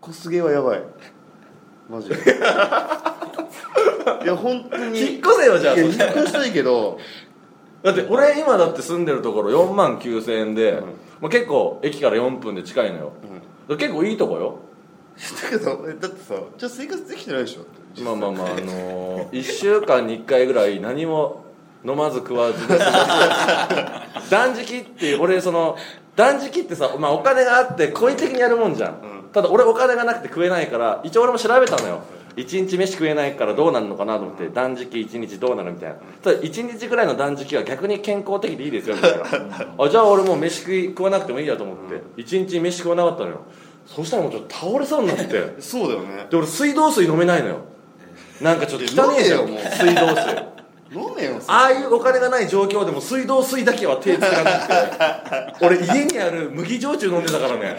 小菅はやばいマ ジでいや本当に引っ越せよじゃあいや引そっしたら越したいけど だって俺今だって住んでるところ4万9000円で、うんまあ、結構駅から4分で近いのよ、んだから結構いいとこよだけどえだってさじゃあ生活できてないでしょだってまあまあまああのー、1週間に1回ぐらい何も飲まず食わずで過ご す断食って俺その断食ってさ、まあ、お金があって故意的にやるもんじゃん、うただ俺お金がなくて食えないから一応俺も調べたのよ1日飯食えないからどうなるのかなと思って断食1日どうなるみたいなただ1日ぐらいの断食は逆に健康的でいいですよみたいなあじゃあ俺もう飯食い食わなくてもいいやと思って1日飯食わなかったのよそしたらもうちょっと倒れそうになってそうだよねで俺水道水飲めないのよなんかちょっと汚ねえじゃんいや飲めよもう水道水飲めよそれああいうお金がない状況でも水道水だけは手つかなくて俺家にある麦焼酎飲んでたからね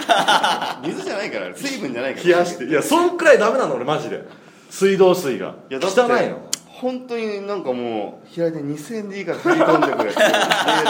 水じゃないから水分じゃないから冷やしていやそんくらいダメなの俺マジで水道水がいやだって汚いの本当になんかもう平井で2000円でいいから振り込んでくれってメ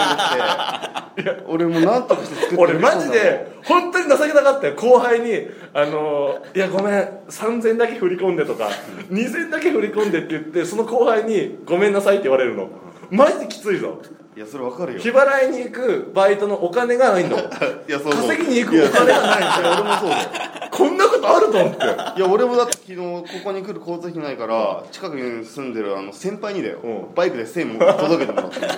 ールが来て俺もうなんとかして作って俺マジで本当に情けなかったよ後輩に「あのーいやごめん3000だけ振り込んで」とか「2000だけ振り込んで」って言ってその後輩に「ごめんなさい」って言われるのマジできついぞいやそれわかるよ日払いに行くバイトのお金がないんだもんいやそう思う稼ぎに行くお金がないんだいや俺もそうだよこんなことあると思っていや俺もだって昨日ここに来る交通費ないから近くに住んでるあの先輩にだよ、うバイクで1000円も届けてもらったんだよ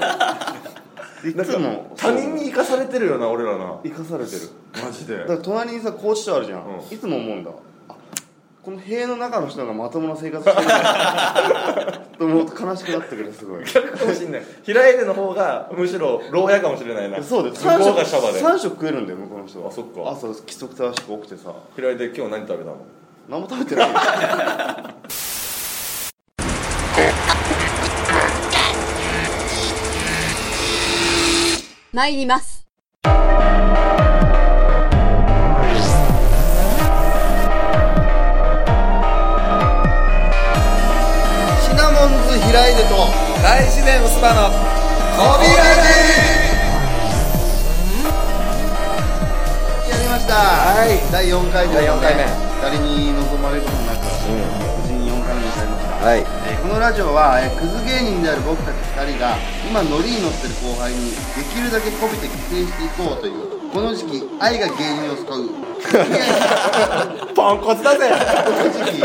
いなんつもか他人に生かされてるよな俺らな生かされてるマジでだから隣にさ高知市あるじゃん、うんいつも思うんだあこの塀の中の人がまともな生活してるんだと思うと悲しくなってくるすごい逆かもしんない平井での方がむしろ牢屋かもしれないなそうだよ向こうがシャバで3食食えるんだよ向こうの人はあそっか朝規則正しく起きてさ平井で今日何食べたの何も食べてないよ参ります。シナモンズ平井でと大自然スパのコビラやりましたはい第4回目第四回目2人に望まれることなく無事に4回目になりましたはいえーこのラジオは、えークズ芸人である僕たち2人が今ノリに乗ってる後輩にできるだけこびて規制していこうというこの時期愛が芸人を救うポンコツだぜこの時期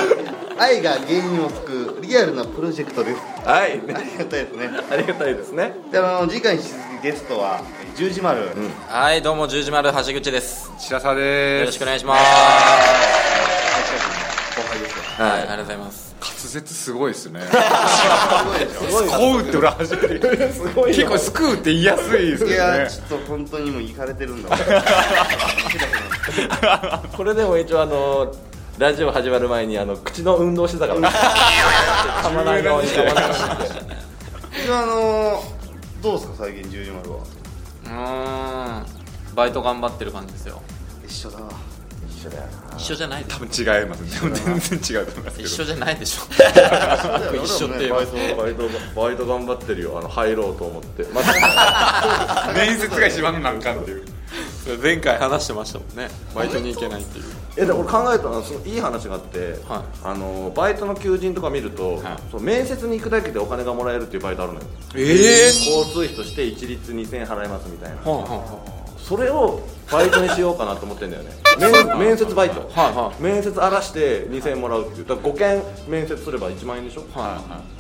愛が芸人を救うリアルなプロジェクトですはいありがたいですねありがたいですねであの次回に引き続きゲストはえー十字丸、はいどうも十字丸橋口です白沢よでろしすくお願いしますは後輩ですよい、ありがとうございます滑舌すごいですねすごいこうって俺初めてすごい結構すくうって言いやすいですいけどやねーちょっと本当にもういかれてるんだわこれでも一応あのラジオ始まる前にあの口の運動してた から噛まないように噛まないようにってであのーどうですか最近十字丸はうーんバイト頑張ってる感じですよ一緒だな一緒だよな一緒じゃないでし多ょ分違いますねでも全然違うと思いますけ一ど緒じゃないでしょ一緒って言えばバイトバイトバイト頑張ってるよあの入ろうと思って、ま面接が一番難関っていう前回話してましたもんねバイトに行けないっていう えで俺考えたのはそのいい話があって、はいあのバイトの求人とか見ると、はいその面接に行くだけでお金がもらえるっていうバイトあるのよええ交通費として一律2000円払いますみたいなはいはそれをバイトにしようかなと思ってんだよね 面面接バイト、はいはい面接荒らして2000円もらうっていうだから5件面接すれば1万円でしょ、いはい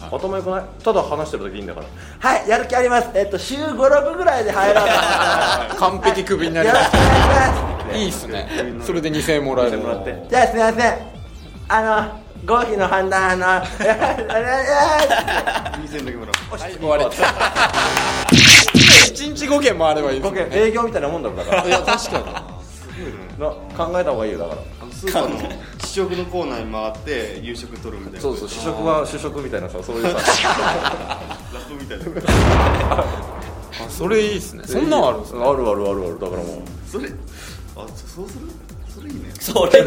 はい頭良くないただ話してるだけいいんだからはいやる気ありますえっと週56ぐらいで入ろうと思いま完璧クビになりまし願いしまたいいっすねそれで2000円もらえるもらってのじゃあすみませんあの合否の判断あの2000だけもらう終わり1日5件もあればいいです僕ね営業みたいなもんだろだからいや確かな考えた方がいいよだからあのスーパーの試食のコーナーに回って夕食取るみたいなそうそう主食は主食みたいなさそういうさラップみたいなにあそれいいっすねそんなんあるんですあるあるあるあるだからもうそれあそそうするそれいいねそれ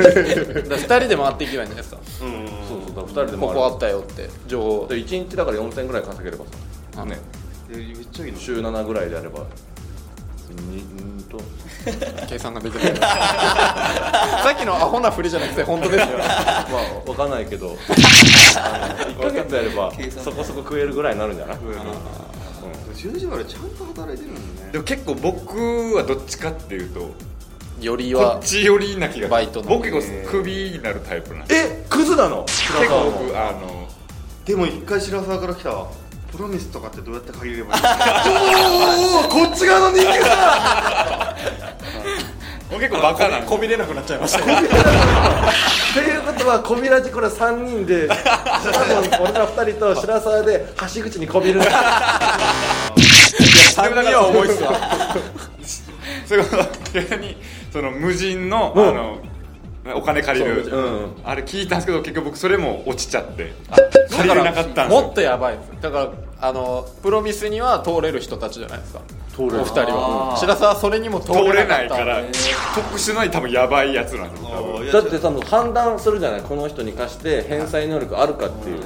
2人で回っていけばいいんじゃないですかうんそうそうだから二人でもここあったよって情報で1日だから4000ぐらい稼げればさあねいやめっちゃいいの週7ぐらいであればうんと計算ができ ないさっきのアホな振りじゃなくて本当 ですよまあわかんないけど1ヶ月やれば計算そこそこ食えるぐらいになるんじゃない10時までちゃんと働いてるんだねでも結構僕はどっちかっていうとよりこはっち寄りな気がバイトの僕結構クビになるタイプなんでえクズなの結構僕あのでも一回白沢から来たわプロミスとかってどうやって借りればいい のおおこっち側の人間だ僕結構バカなんでこびれなくなっちゃいましたということはこびらじこれ3人で多分俺ら2人と白沢で橋口にこびるんだでもなんか重いっすわそれこそ急にその無人の,、あのお金借りる、そううんあれ聞いたんですけど結局僕それも落ちちゃって借りれなかったんですもっよとやばいですだからあのプロミスには通れる人たちじゃないですか通れおる二人はあー白沢はそれにも通通れれなかなっいたからね特殊な多分やばいやつなんですよ多分だって多分判断するじゃないこの人に貸して返済能力あるかっていう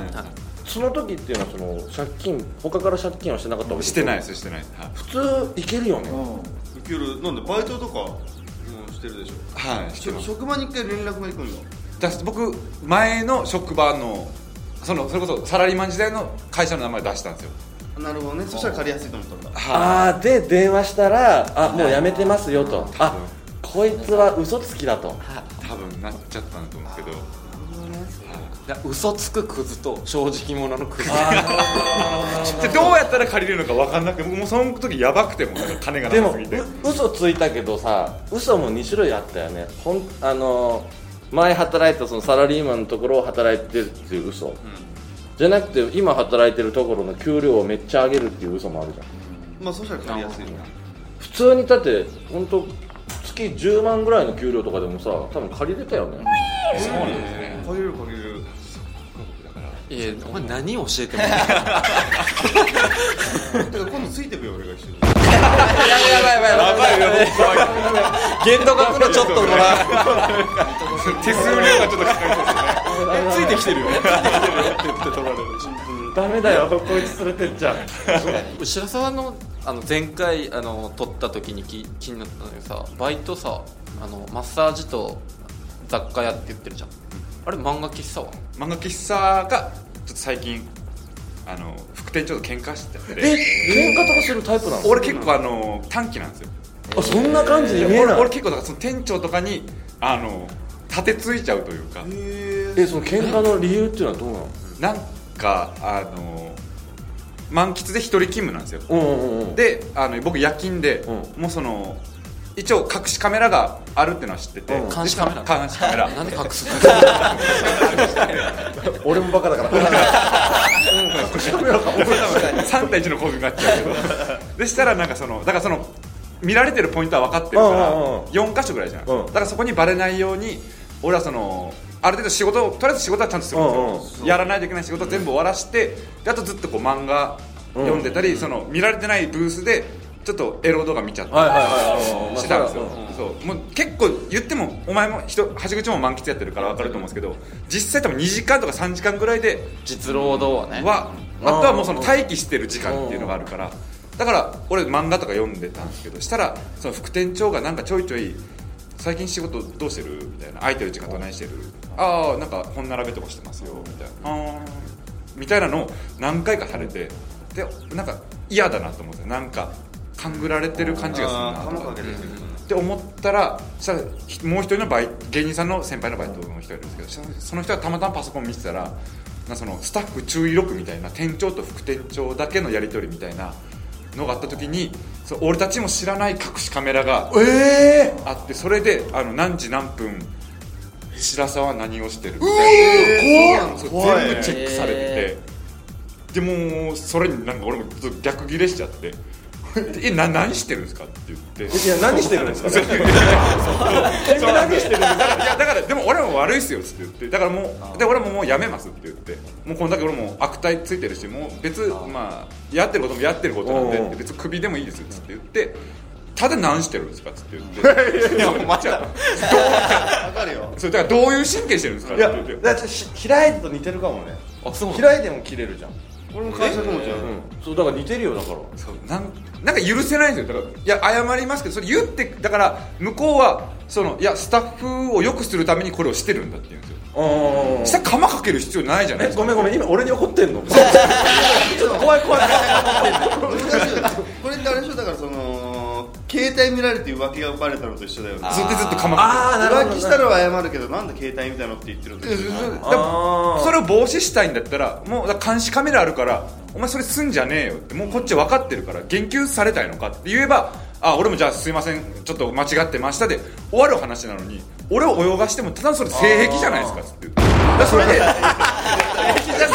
その時っていうのはその借金他から借金はしてなかったわけしてないですすしてないですはい普通いけるよねいけるなんでバイトとかもしてるでしょはいしてます職場に一回連絡が行くんだだから僕前の職場のそのそれこそサラリーマン時代の会社の名前出したんですよなるほどねそしたら借りやすいと思ったんだああで電話したらあもうやめてますよとあこいつは嘘つきだと多分なっちゃったんだと思うんですけいどや嘘つくクズと正直者のクズじゃあどうやったら借りれるのか分かんなくて僕もうその時やばくてもうなんか金がでなもさすぎてう嘘ついたけどさ嘘も2種類あったよねほんあのー前働いたそのサラリーマンのところを働いてるっていう嘘、じゃなくて今働いてるところの給料をめっちゃ上げるっていう嘘もあるじゃんまあそしたら借りやすいんだ普通にだって本当月10万ぐらいの給料とかでもさ多分借りれたよね、そうなんですね借りる借りる いやお前何教えてもらてか今度ついてくよ俺が一緒にやばいやばい限度額のちょっともらう 手数料がちょっとかかるついてきて るよダメだよこいつ連れてっちゃう白沢のあの前回あの取った時にき気になったのがさバイトさあのマッサージと雑貨屋って言ってるじゃんあれ漫画喫 茶は漫画喫茶がちょっと最近あの副店長と喧嘩してえて喧嘩とかするタイプなの俺結構あの短期なんですよあそんな感じに見え俺ない俺結構だからその店長とかにあの立てついちゃうというかえその喧嘩の理由っていうのはどうなのなんかあの満喫で一人勤務なんですようんうんうんであの僕夜勤で、うもうその一応隠しカメラがあるってのは知ってて、うんで監視カメラか監視カメラ なんで隠すの俺もバカだから3対1の構図になっちゃうけどでしたらなんかそのだからその見られてるポイントは分かってるかうんうんうんら4箇所ぐらいじゃん、うんだからそこにバレないように俺はそのある程度仕事をとりあえず仕事はちゃんとするんですよ、やらないといけない仕事は全部終わらしてであとずっとこう漫画読んでたり、その見られてないブースでちょっとエロ動画見ちゃったりはいはいはいはいしてたんですよ、そうもう結構言ってもお前も人橋口も満喫やってるから分かると思うんですけど実際多分2時間とか3時間ぐらいで実労働はねはあとはもうその待機してる時間っていうのがあるからだから俺漫画とか読んでたんですけどしたらその副店長がなんかちょいちょい「最近仕事どうしてる?」みたいな「空いてる時間と何してる?」「ああなんか本並べとかしてますよ」みたいな「あーみたいなのを何回かされてでなんか嫌だなと思ってなんか勘ぐられてる感じがするなあとー思釜ってかけてくるって思ったらしたらひもう一人のバイ芸人さんの先輩のバイトの人がいるんですけどそのその人がたまたまパソコン見てたらなんかそのスタッフ注意録みたいな店長と副店長だけのやり取りみたいなのがあった時にそう俺たちも知らない隠しカメラがあってそれであの何時何分白沢は何をしてるみたいなそう怖い全部チェックされてて。でもうそれになんか俺もちょっと逆ギレしちゃって「えな何してるんですか?」って言っていや何してるんですか そうなんですだからいやだからでも俺も悪いっすよって言ってだからもうで俺ももうやめますって言ってもうこんだけ俺も悪態ついてるしもう別まあやってることもやってることなんおうおうで別にクビでもいいですっつって言ってただ何してるんですかっつって言 っていや待っわかるよ それだからどういう神経してるんですかっいてや言ってだってし開いてと似てるかもねあそう開いても切れるじゃん俺も会社でもじゃんそうだから似てるよだからそうなんなんか許せないんですよだからいや謝りますけどそれ言ってだから向こうはそのいやスタッフを良くするためにこれをしてるんだって言うんですようん下釜かける必要ないじゃなえいですかごめんごめん今俺に怒ってんのちょっと怖い怖い 難しいよこれってあれでしょだからその携帯見られて浮気がバレたのと一緒だよねずっとずっと釜かああなるほ浮ど気したらは謝るけどなんで携帯見たのって言ってるのけとる一緒だよねでもあーそれを防止したいんだったらもうだから監視カメラあるからお前それすんじゃねえよってもうこっちは分かってるから言及されたいのかって言えばあ俺もじゃあすいませんちょっと間違ってましたで終わる話なのに俺を泳がしてもただそれ性癖じゃないですかっつってだからそれで性癖じゃね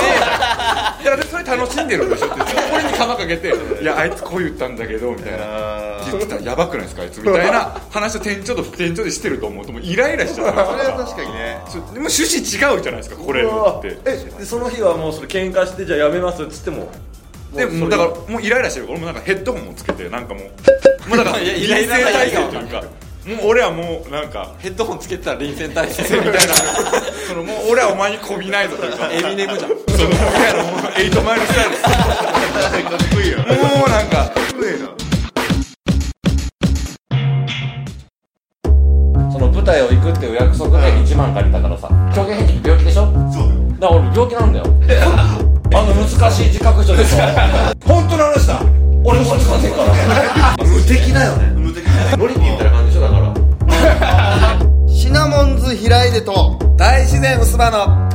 えだからそれ楽しんでるんでしょって俺に釜かけて「いやあいつこう言ったんだけど」みたいな。あって言ってたらやばくないですかあいつみたいな話を店長と副店長でしてると思うともうイライラしちゃうーそれは確かにねそうでも趣旨違うじゃないですかこれうわってえでその日はもうそれ喧嘩してじゃあやめますっつってもでもうだからもうイライラしてる俺もなんかヘッドホンをつけて なんかもうもうだから臨イ戦ライラ態勢というかもう俺はもうなんかヘッドホンつけてたら臨戦態み勢たいなそのもう俺はお前にこびないぞというかエミネムじゃんそのみたいなもうエイトマイルスタイルですかっこいいよかっもうなんかこいいなその舞台を行くっていう約束で1万借りたからさ狂犬兵器病気でしょそうだよだから俺病気なんだよあの難しい自覚症でしょ本当の話だ俺もそっちませんから無敵だよね無敵だよノリピーみたいな感じでしょだからシナモンズ開いでと大自然薄葉の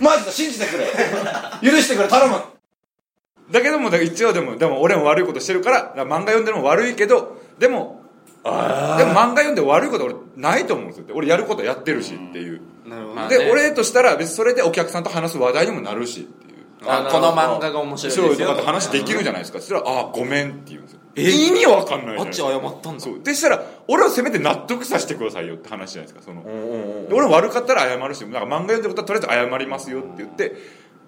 マジだ信じてくれ許してくれ頼むだけどもだから一応でもでも俺も悪いことしてるからだから漫画読んでるのも悪いけどでもでも漫画読んで悪いこと俺ないと思うんですよ俺やることやってるしっていうなるほどまあねで俺としたら別にそれでお客さんと話す話題にもなるしっていう あこの漫画が面白い白でいすよとかって話できるじゃないですかそしたら「ああごめん」って言うんですよ意味わかんないあっじゃないでちす謝かったんだそうでしたら俺をせめて納得させてくださいよって話じゃないですかそのうんうんうんで俺も悪かったら謝るしなんか漫画読んでることはとりあえず謝りますよって言って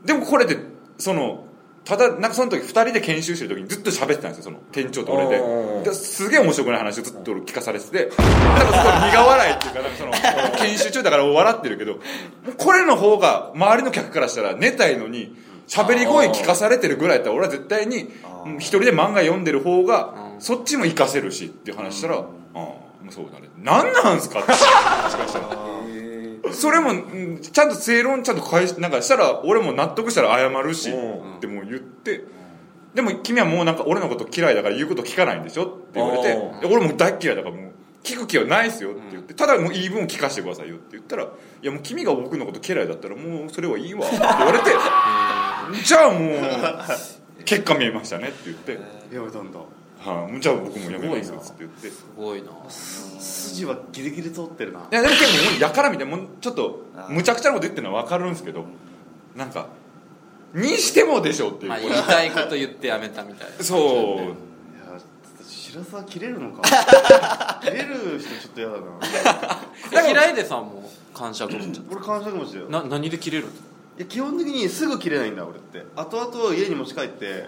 でもこれでそのただなんかその時2人で研修してる時にずっと喋ってたんですよその店長と俺おうおうおでうですげえ面白くない話をずっと俺聞かされててなんかすごい苦笑いっていうかなんかその研修中だから笑ってるけどもうこれの方が周りの客からしたら寝たいのに喋り声聞かされてるぐらいだったら俺は絶対にうん一人で漫画読んでる方がそっちも活かせるしっていう話したら「ああもうそうだね何なんすか?」ってそれもうんちゃんと正論ちゃんと返しなんかしたら俺も納得したら謝るしうんってもう言ってでも君はもうなんか俺のこと嫌いだから言うこと聞かないんでしょって言われてうんで俺もう大嫌いだからもう聞く気はないですよって言ってただもう言い分を聞かせてくださいよって言ったらいやもう君が僕のこと嫌いだったらもうそれはいいわって言われてじゃあもう結果見えましたねって言ってやめたんだはいもうじゃあ僕もやめますよって言って。すごいな筋はギリギリ通ってるないやでも結構やからみたいなもうちょっとむちゃくちゃなこと言ってるのは分かるんですけどなんかにしてもでしょっていう、まあ言こいたいこと言ってやめたみたいれそうやしらすは切れるのか切れる人ちょっと嫌だなな平出さんも感触持っちゃっ俺感触持ちだよたな何で切れるのいや基本的にすぐ切れないんだ俺って後々家に持ち帰ってはい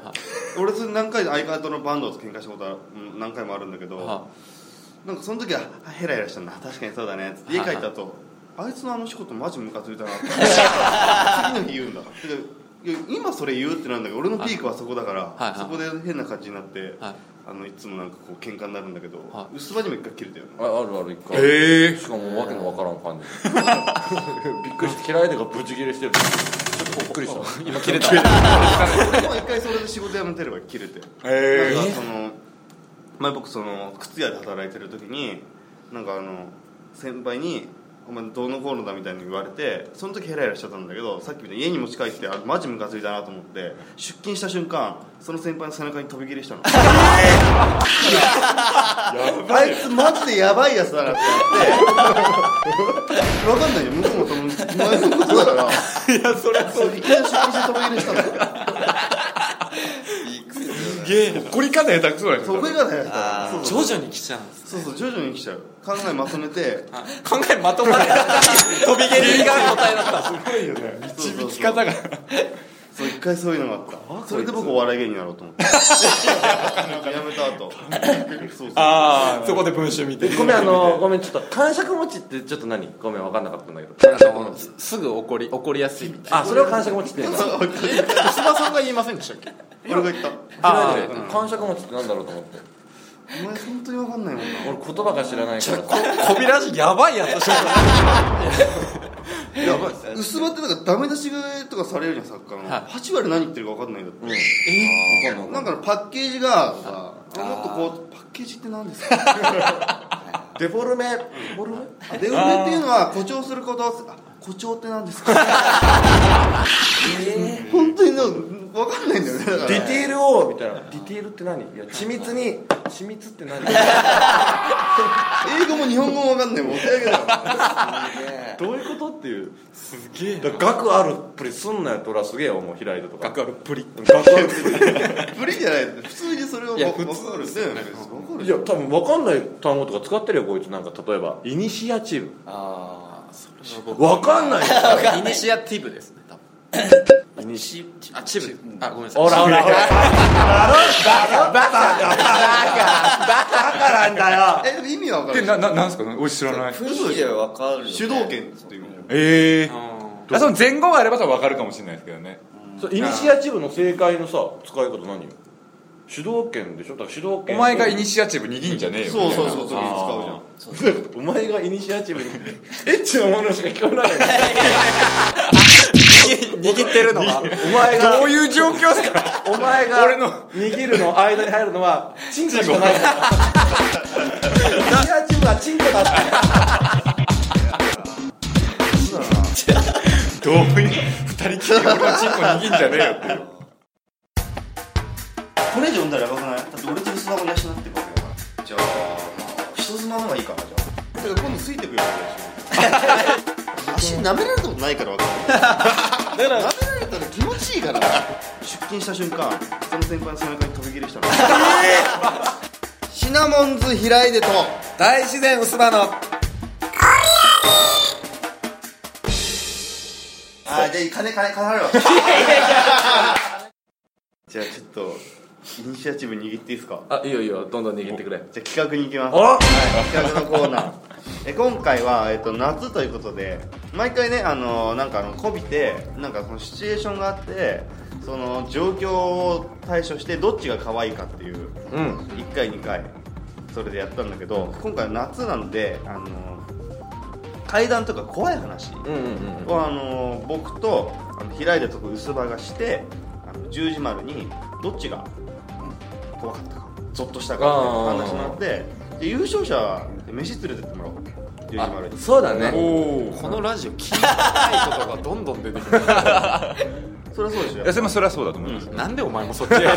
俺それ何回相方のバンドと喧嘩したことはうん何回もあるんだけどはなんかその時はあヘラヘラしたんだ確かにそうだねっつって家はい帰はいった後あいつのあの仕事マジムカついた なって次の日言うんだでいや今それ言うってなんだけど俺のピークはそこだかはいらはいそこで変な感じになってはいあのいつもなんかこう喧嘩になるんだけどは薄葉にも一回切れたよねああるある一回ええしかもわけのわからん感じ びっくりして嫌いでがブチギレしてるびっくりした今切れたでも一回それで仕事辞めてれば切れてえなんかその前僕その靴屋で働いてる時になんかあの先輩に「お前どうのこうのだ」みたいに言われてその時ヘラヘラしちゃったんだけどさっきみたいに家に持ち帰ってあマジムカついたなと思って出勤した瞬間その先輩の背中に飛び切りしたのあいつマジでヤバいやつだなって思って分かんないよ向こうもその前のことだからいやそれはそういきなり出勤して飛び切りしたんだよー、すげえ怒り方下手くそなんですそよこがねそうそう徐々に来ちゃうんですそうそう徐々に来ちゃう考えまとめてあ考え まとまれ飛び蹴りが答えだった導聞き方がそう一回そういうのがあったそれで僕お笑い芸人になろうと思ってやめた後そうそうああそこで文集見てごめんあのごめんちょっと感触持ちってちょっと何ごめん分かんなかったんだけどあのすすぐ怒り怒りやすいみたいなあそれを感触持ちって言うんだ須田さんが言いませんでしたっけ俺が言ったあ感触持ちってなんだろうと思ってお前本当に分かんないもんな俺言葉が知らないからさこびらじやばいやつやばい薄まってなんかダメ出しとかされるじゃん作家のは8割何言ってるか分かんないんだってえわかんなないんかパッケージがさもっとこうパッケージって何ですかデフォルメデフォルメあデフォルメっていうのは誇張することあ誇張って何ですか本当になんか分かんないんだよねだからディテールをみたいなディテールって何いや緻密に緻密って何英語も日本語も分かんないもんお手上げだよどういうことっていうすげえだから学あるっぷりすんなよとらすげえ思う平井とか学あるプリ学あるっぷプレイじゃない普通にそれをいや分普か通るんだよね分かるりいや多分分かんない単語とか使ってるよこいつなんか例えばイニシアチブああそ分かんないよイニシアティブですね多分イニシあチブあごめんなさいほらほらほらえでも意味は分かでるなななんですか俺知らない雰囲気でわかるよね主導権っていうええあその前後があれば多分分かるかもしれないですけどねそうイニシアチブの正解のさ使い方何よ主導権でしょだから主導お権前がイニシアチブ握んじゃねえよそうそううそうそういうの使うじゃんお前がイニシアチブに エッチなものしか聞こえないよねー 握ってるのがお前がどういう状況ですかお前が俺の握るの間に入るのはチンコしかないからシアチブはチンコだってどういう二人きりで俺のチンコ握んじゃねえよっていうこれ以上飲んだらやばくないだって俺とスマホ養ってるわけだからじゃあまあ人妻の方がいいかなじゃあだから今度ついてくよ足舐められたことないから分かんないだから舐められたら気持ちいいから 出勤した瞬間その先輩の背中に飛び切りしたのシナモンズ平井でと大自然薄葉のあーじゃあ金金金払 うわじゃあちょっとイニシアチブ握っていいですかあいいよいいよどんどん握ってくれじゃあ企画に行きますあ企画のコーナーえ今回は、えっと、夏ということで毎回ねあのなんかあのこびてなんかそのシチュエーションがあってその状況を対処してどっちが可愛いかっていううん1回2回それでやったんだけど今回は夏なんであの階段とか怖い話うんうんうんをあの僕とあの開いたとこ薄葉がしてあの十字丸にどっちが怖かったかゾッとしたかっていう話になってで優勝者は飯連れてってもらおう十字丸にそうだねこのラジオ聞いてないことがどんどん出てくるそれはそうですよいやでもそれはそうだと思います、なんでお前もそっちへ楽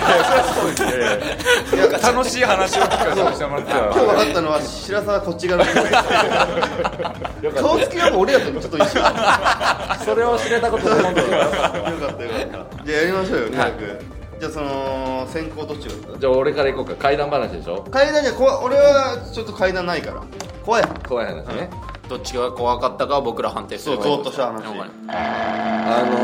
しい話を聞かせてもらってた 今日分かったのは白沢こっち側の方が顔つきがもう俺らとちょっと一緒よかそれを知れたこと思うんだったよかったじゃあやりましょうよ早く、じゃあその先行どっちが じゃあ俺から行こうか階段話でしょ階段じゃ怖い俺はちょっと階段ないから怖い怖い話ねどっちが怖かったかを僕ら判定すそるうゾッとした話あの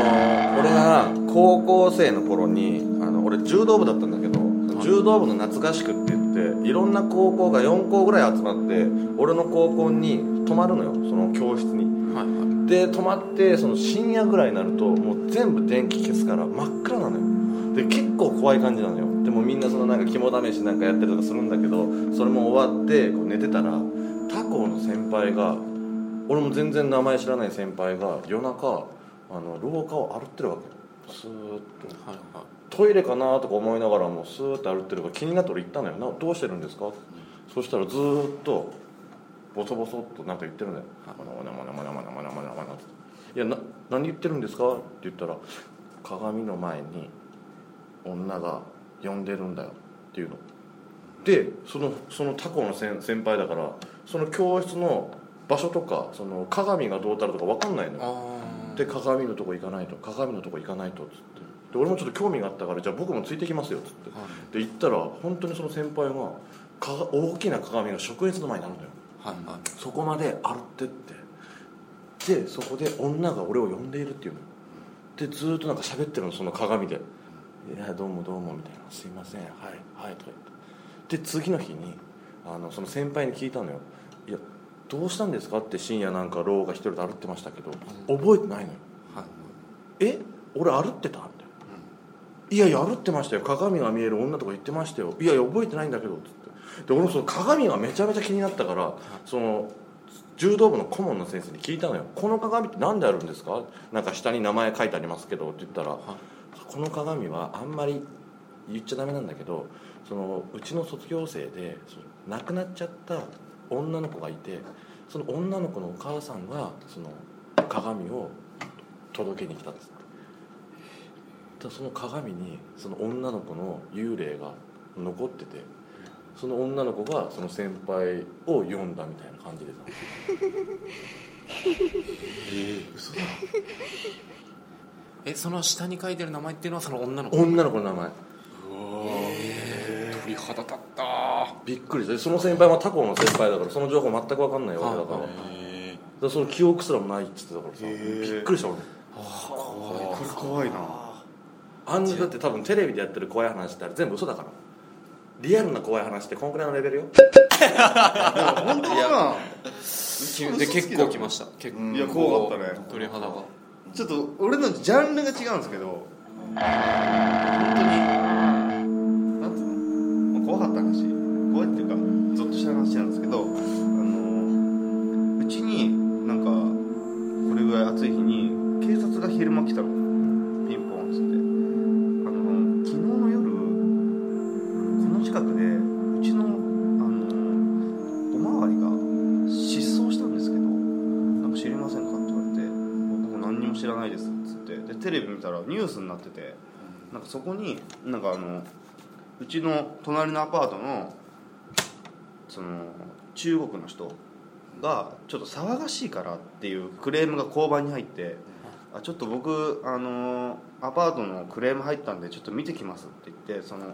ー、俺が高校生の頃にあの俺柔道部だったんだけど、柔道部の夏合宿って言っていろんな高校が4校ぐらい集まって俺の高校に泊まるのよその教室にはいはいで泊まってその深夜ぐらいになるともう全部電気消すから真っ暗なのよで結構怖い感じなのよでもみんなそのなんか肝試しなんかやったりとかするんだけどそれも終わってこう寝てたら他校の先輩が俺も全然名前知らない先輩が夜中あの廊下を歩ってるわけスーッとはいはトイレかなとか思いながらもうスーッと歩ってるから気になって俺行ったのよなどうしてるんですか、そしたらずーっとボソボソっとなんか言ってるんだよ「マナマナマナマナマナマナマナマナ」いやな何言ってるんですか?」って言ったら「鏡の前に女が呼んでるんだよ」っていうのでそのその他校の先先輩だからその教室の場所とかその鏡がどうたらとか分かんないのよあで鏡のとこ行かないと鏡のとこ行かないとっつってで俺もちょっと興味があったからじゃあ僕もついてきますよっつって、はで行ったら本当にその先輩がかが大きな鏡が職員室の前にあるんだよはいはいそこまで歩ってってでそこで女が俺を呼んでいるっていうのでずーっとなんか喋ってるのその鏡で「いやどうもどうも」みたいな「すいませんはいはい」とか言ってで次の日にあのその先輩に聞いたのよ「いやどうしたんですか?」って深夜なんか老が一人で歩ってましたけど覚えてないのよはいえ俺歩ってたみたいな、いやいや歩ってましたよ鏡が見える女とか言ってましたよいやいや覚えてないんだけどつってで俺もその鏡がめちゃめちゃ気になったからその柔道部の顧問の先生に聞いたのよ「この鏡って何であるんですか?」なんか下に名前書いてありますけどって言ったら、この鏡はあんまり言っちゃダメなんだけどそのうちの卒業生でその亡くなっちゃった女の子がいてその女の子のお母さんがその鏡を届けに来たんですってただその鏡にその女の子の幽霊が残っててその女の子がその先輩を読んだみたいな感じでさえその下に書いてる名前っていうのはその女の子女の子の名前鳥肌立ったびっくりしたその先輩は他校の先輩だからその情報全く分かんないわけだからだからその記憶すらもないっつってたからさへえびっくりした俺これ怖いなあんなだって多分テレビでやってる怖い話ってあれ全部嘘だからリアルな怖い話ってこんくらいのレベルよ本当だ急で結構来ました結構な。いや怖かったね。鳥肌がちょっと俺のジャンルが違うんですけど。本当に。なんつうの。まあ怖かった話。怖いっていうかゾッとした話なんですけど、あのうちになんかこれぐらい暑い日に警察が昼間来たの。ピンポンっつって。あの昨日の夜この近くでうちのあのおまわりが失踪したんですけど。なんか知りませんかって言われて僕何にも知らないですっつってでテレビ見たらニュースになっててなんかそこになんかあのうちの隣のアパートのその中国の人がちょっと騒がしいからっていうクレームが交番に入って「あちょっと僕あのアパートのクレーム入ったんでちょっと見てきます」って言ってその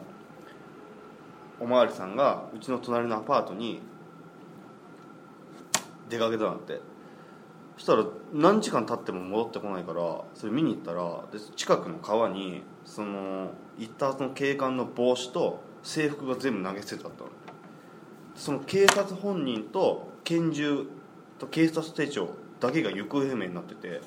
おまわりさんがうちの隣のアパートに出かけたなんてそしたら何時間経っても戻ってこないからそれ見に行ったらで近くの川にその行ったその警官の帽子と制服が全部投げ捨てたったのその警察本人と拳銃と警察手帳だけが行方不明になってて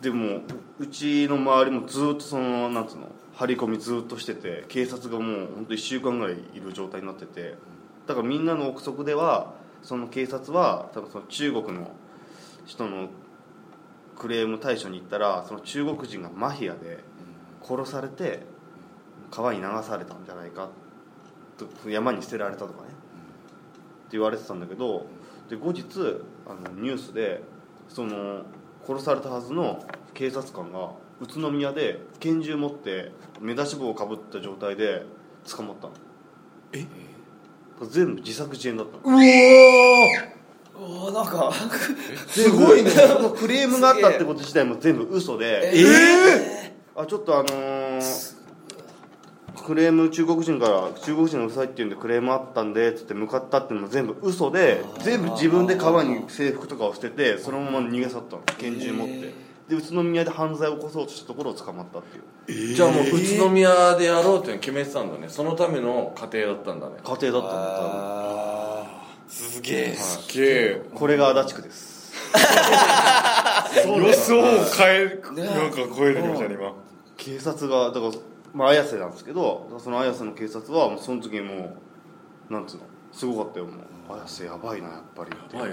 でもううちの周りもずっとそのなんつうの張り込みずっとしてて警察がもう本当1週間ぐらいいる状態になっててだからみんなの憶測ではその警察は多分その中国の人のクレーム対処に行ったらその中国人がマフィアで殺されて川に流されたんじゃないかと山に捨てられたとかねって言われてたんだけどで後日あのニュースでその殺されたはずの警察官が宇都宮で拳銃持って目出し帽をかぶった状態で捕まったのえ全部自作自演だったのおおなんか すごいねそのクレームがあったってこと自体も全部嘘でえあちょっとあのークレーム中国人から中国人のうるさいって言うんでクレームあったんでっつって向かったっていうのも全部嘘で全部自分で川に制服とかを捨ててそのまま逃げ去ったの拳銃持って、で宇都宮で犯罪を起こそうとしたところを捕まったっていうじゃあもう宇都宮でやろうっていうの決めてたんだねそのための過程だったんだね過程だったの多分すげえすっげえこれが足立区です予想を変えなんか超えるみたいな今警察がだから、まあ、綾瀬なんですけどだからその綾瀬の警察はもうその時もうなんつうのすごかったよもう綾瀬やばいなやっぱりっていう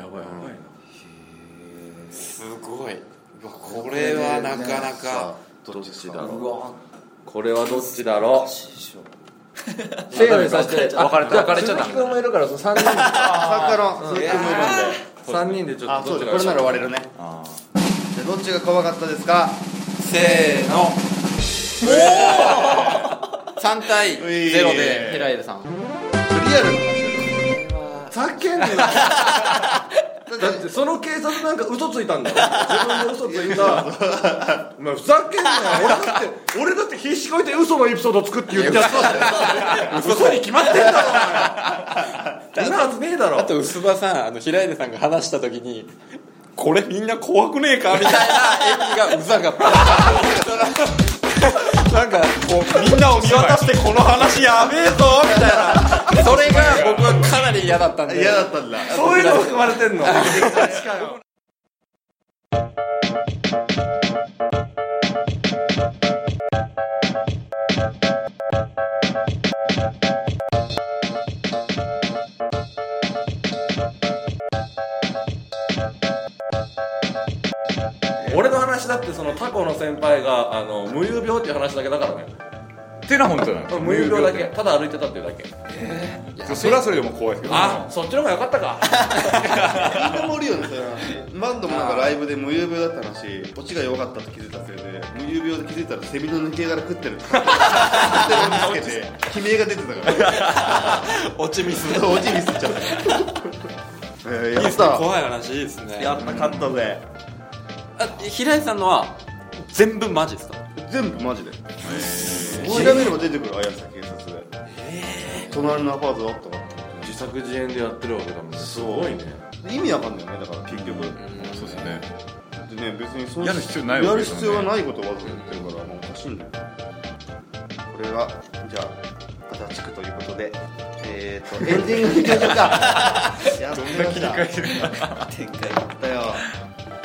うんすごいうわこれはなかなさあかどっちですどっちだかろううわこれはどっちだろ うせーのにささせせてて分かれた分かれちゃった鈴木君もいるからその3人で作家の鈴木君もいるんで三人でちょあっとそどっうちだこれながら割れるねじゃあどっちが怖かったですかせーの3対ゼロでヘラエルさんリアルな話ざけんなだってその警察なんか嘘ついたんだよ自分で嘘ついたお前ふざけんなよ俺だって俺だって必死こいて嘘のエピソード作って言ってやったんだよ嘘に決まってんだろお前そんなはずねえだろあと薄葉さんあの平出さんが話した時にこれみんな怖くねえかみたい な演技がうざかった。なんかこうみんなを見渡してこの話やべえぞみたいなそれが僕はかなり嫌だったんで嫌だったんだそういうのも含まれてんの俺の話だってそのタコの先輩があの無遊病っていう話だけだからねていうのは本当なの無遊病だけただ歩いてたっていうだけそれはそれでも怖いですけどあそっちの方が良かったかみんな盛るよねそういう話バンドもなんかライブで無遊病だった話オチが良かったと気づいたせいで無遊病で気づいたらセミの抜け殻食ってるって 勝手に見つけて悲鳴が出てたから落ちミスそうオチミスっちゃった、えー、やった怖い話いいですねやった勝ったぜあ平井さんのは全部マジですか全部マジで調べれば出てくる綾瀬警察で隣のアパートだったから自作自演でやってるわけだもんねすごいね意味わかんないよねだから結局そうですねでね別にそうやる必要ないやわけるで必すよね要がないことをわざわざ言ってるからもうおかしいんだよこれがじゃあ片地区ということでえー、とエンディングに行きましょうかやってました展開やったよ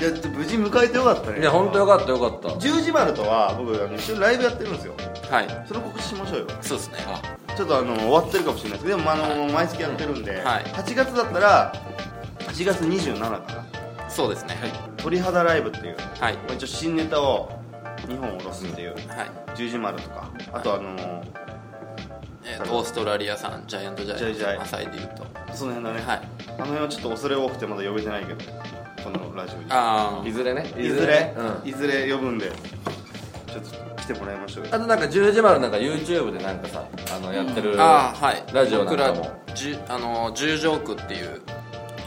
いやちょっと無事迎えてよかったねいや本当良かった良かった十字丸とは僕あの一緒にライブやってるんですよはいそれ告知しましょうよそうですねちょっとあの終わってるかもしれないですけどでもあの毎月やってるんで、はい8月だったら8月27からそうですね鳥肌ライブっていう、はいまあ、一応新ネタを2本下ろすっていう、はい十字丸とかあとあのーえーとオーストラリアさんジャイアントジジャイジャャイイアントサイで言うとその辺だね、はいあの辺はちょっと恐れ多くてまだ呼べてないけどこのラジオにあーいずれねいずれ、うんいずれ呼ぶんでちょっと来てもらいましょうよあとなんか十字丸なんか YouTube でなんかさあのやってるあーはいラジオなんかも僕らじゅあの十条区っていう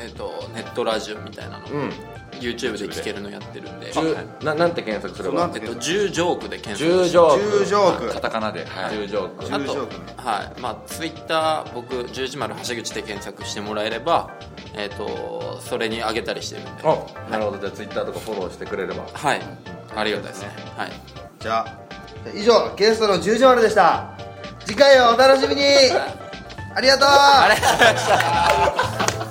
えっ、とネットラジオみたいなの、うん YouTube で聴けるのやってるんで、十ななんて検索すれそうなばんえてっと、十条区で検索十して条十条区カタカナではい十条区あ十条と区ね、はいまあ、Twitter 僕十字丸橋口で検索してもらえれば、えっとそれにあげたりしてるんではあなるほどじゃあ Twitter とかフォローしてくれればいありがたいですねはいじゃあじゃあ以上ゲストの十字丸で した次回をお楽しみにありがとう